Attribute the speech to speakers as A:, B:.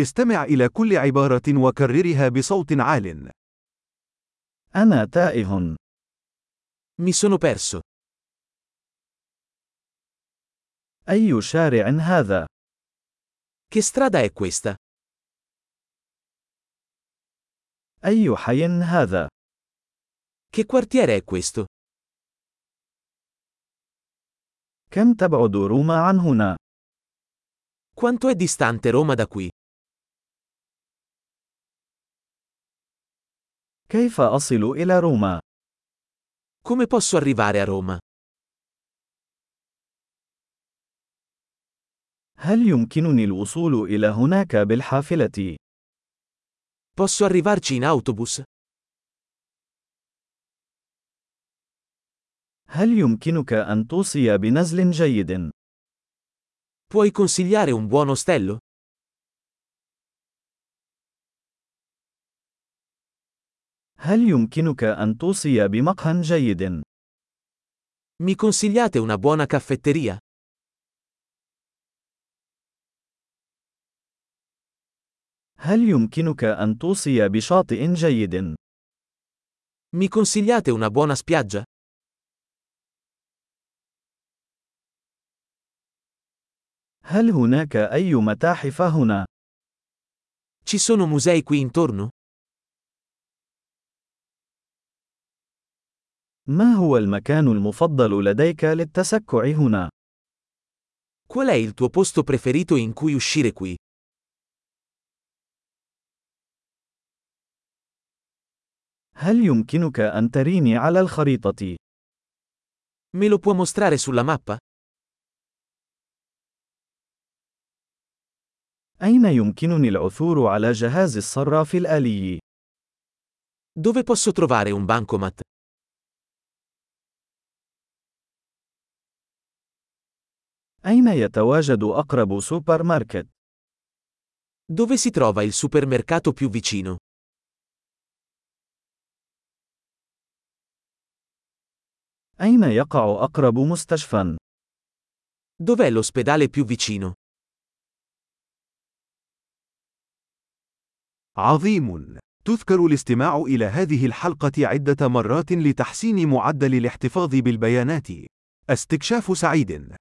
A: استمع إلى كل عبارة وكررها بصوت عال.
B: أنا تائه.
C: Mi sono perso.
B: أي شارع هذا؟
C: Che strada è questa?
B: أي حي هذا؟
C: Che quartiere è questo?
B: كم تبعد روما عن هنا؟
C: Quanto è distante Roma da qui?
B: كيف أصل إلى روما؟
C: Come posso arrivare a Roma?
B: هل يمكنني الوصول إلى هناك بالحافلة؟
C: Posso arrivarci in autobus?
B: هل يمكنك أن توصي بنزل جيد؟
C: Puoi consigliare un buon ostello?
B: هل يمكنك أن توصي بمقهى جيد؟
C: Mi consigliate una buona caffetteria?
B: هل يمكنك أن توصي بشاطئ جيد؟
C: Mi consigliate una buona spiaggia?
B: هل هناك أي متاحف هنا؟
C: Ci sono musei qui intorno?
B: ما هو المكان المفضل لديك للتسكع هنا؟
C: Qual è il tuo posto preferito in cui uscire qui?
B: هل يمكنك أن تريني على الخريطة؟
C: Me lo può mostrare sulla mappa?
B: أين يمكنني العثور على جهاز الصراف الآلي؟
C: Dove posso trovare un bancomat?
B: أين يتواجد أقرب سوبر ماركت؟
C: Dove si trova il supermercato più vicino?
B: أين يقع أقرب مستشفى؟
C: Dov'è l'ospedale più vicino?
A: عظيم. تذكر الاستماع إلى هذه الحلقة عدة مرات لتحسين معدل الاحتفاظ بالبيانات. استكشاف سعيد.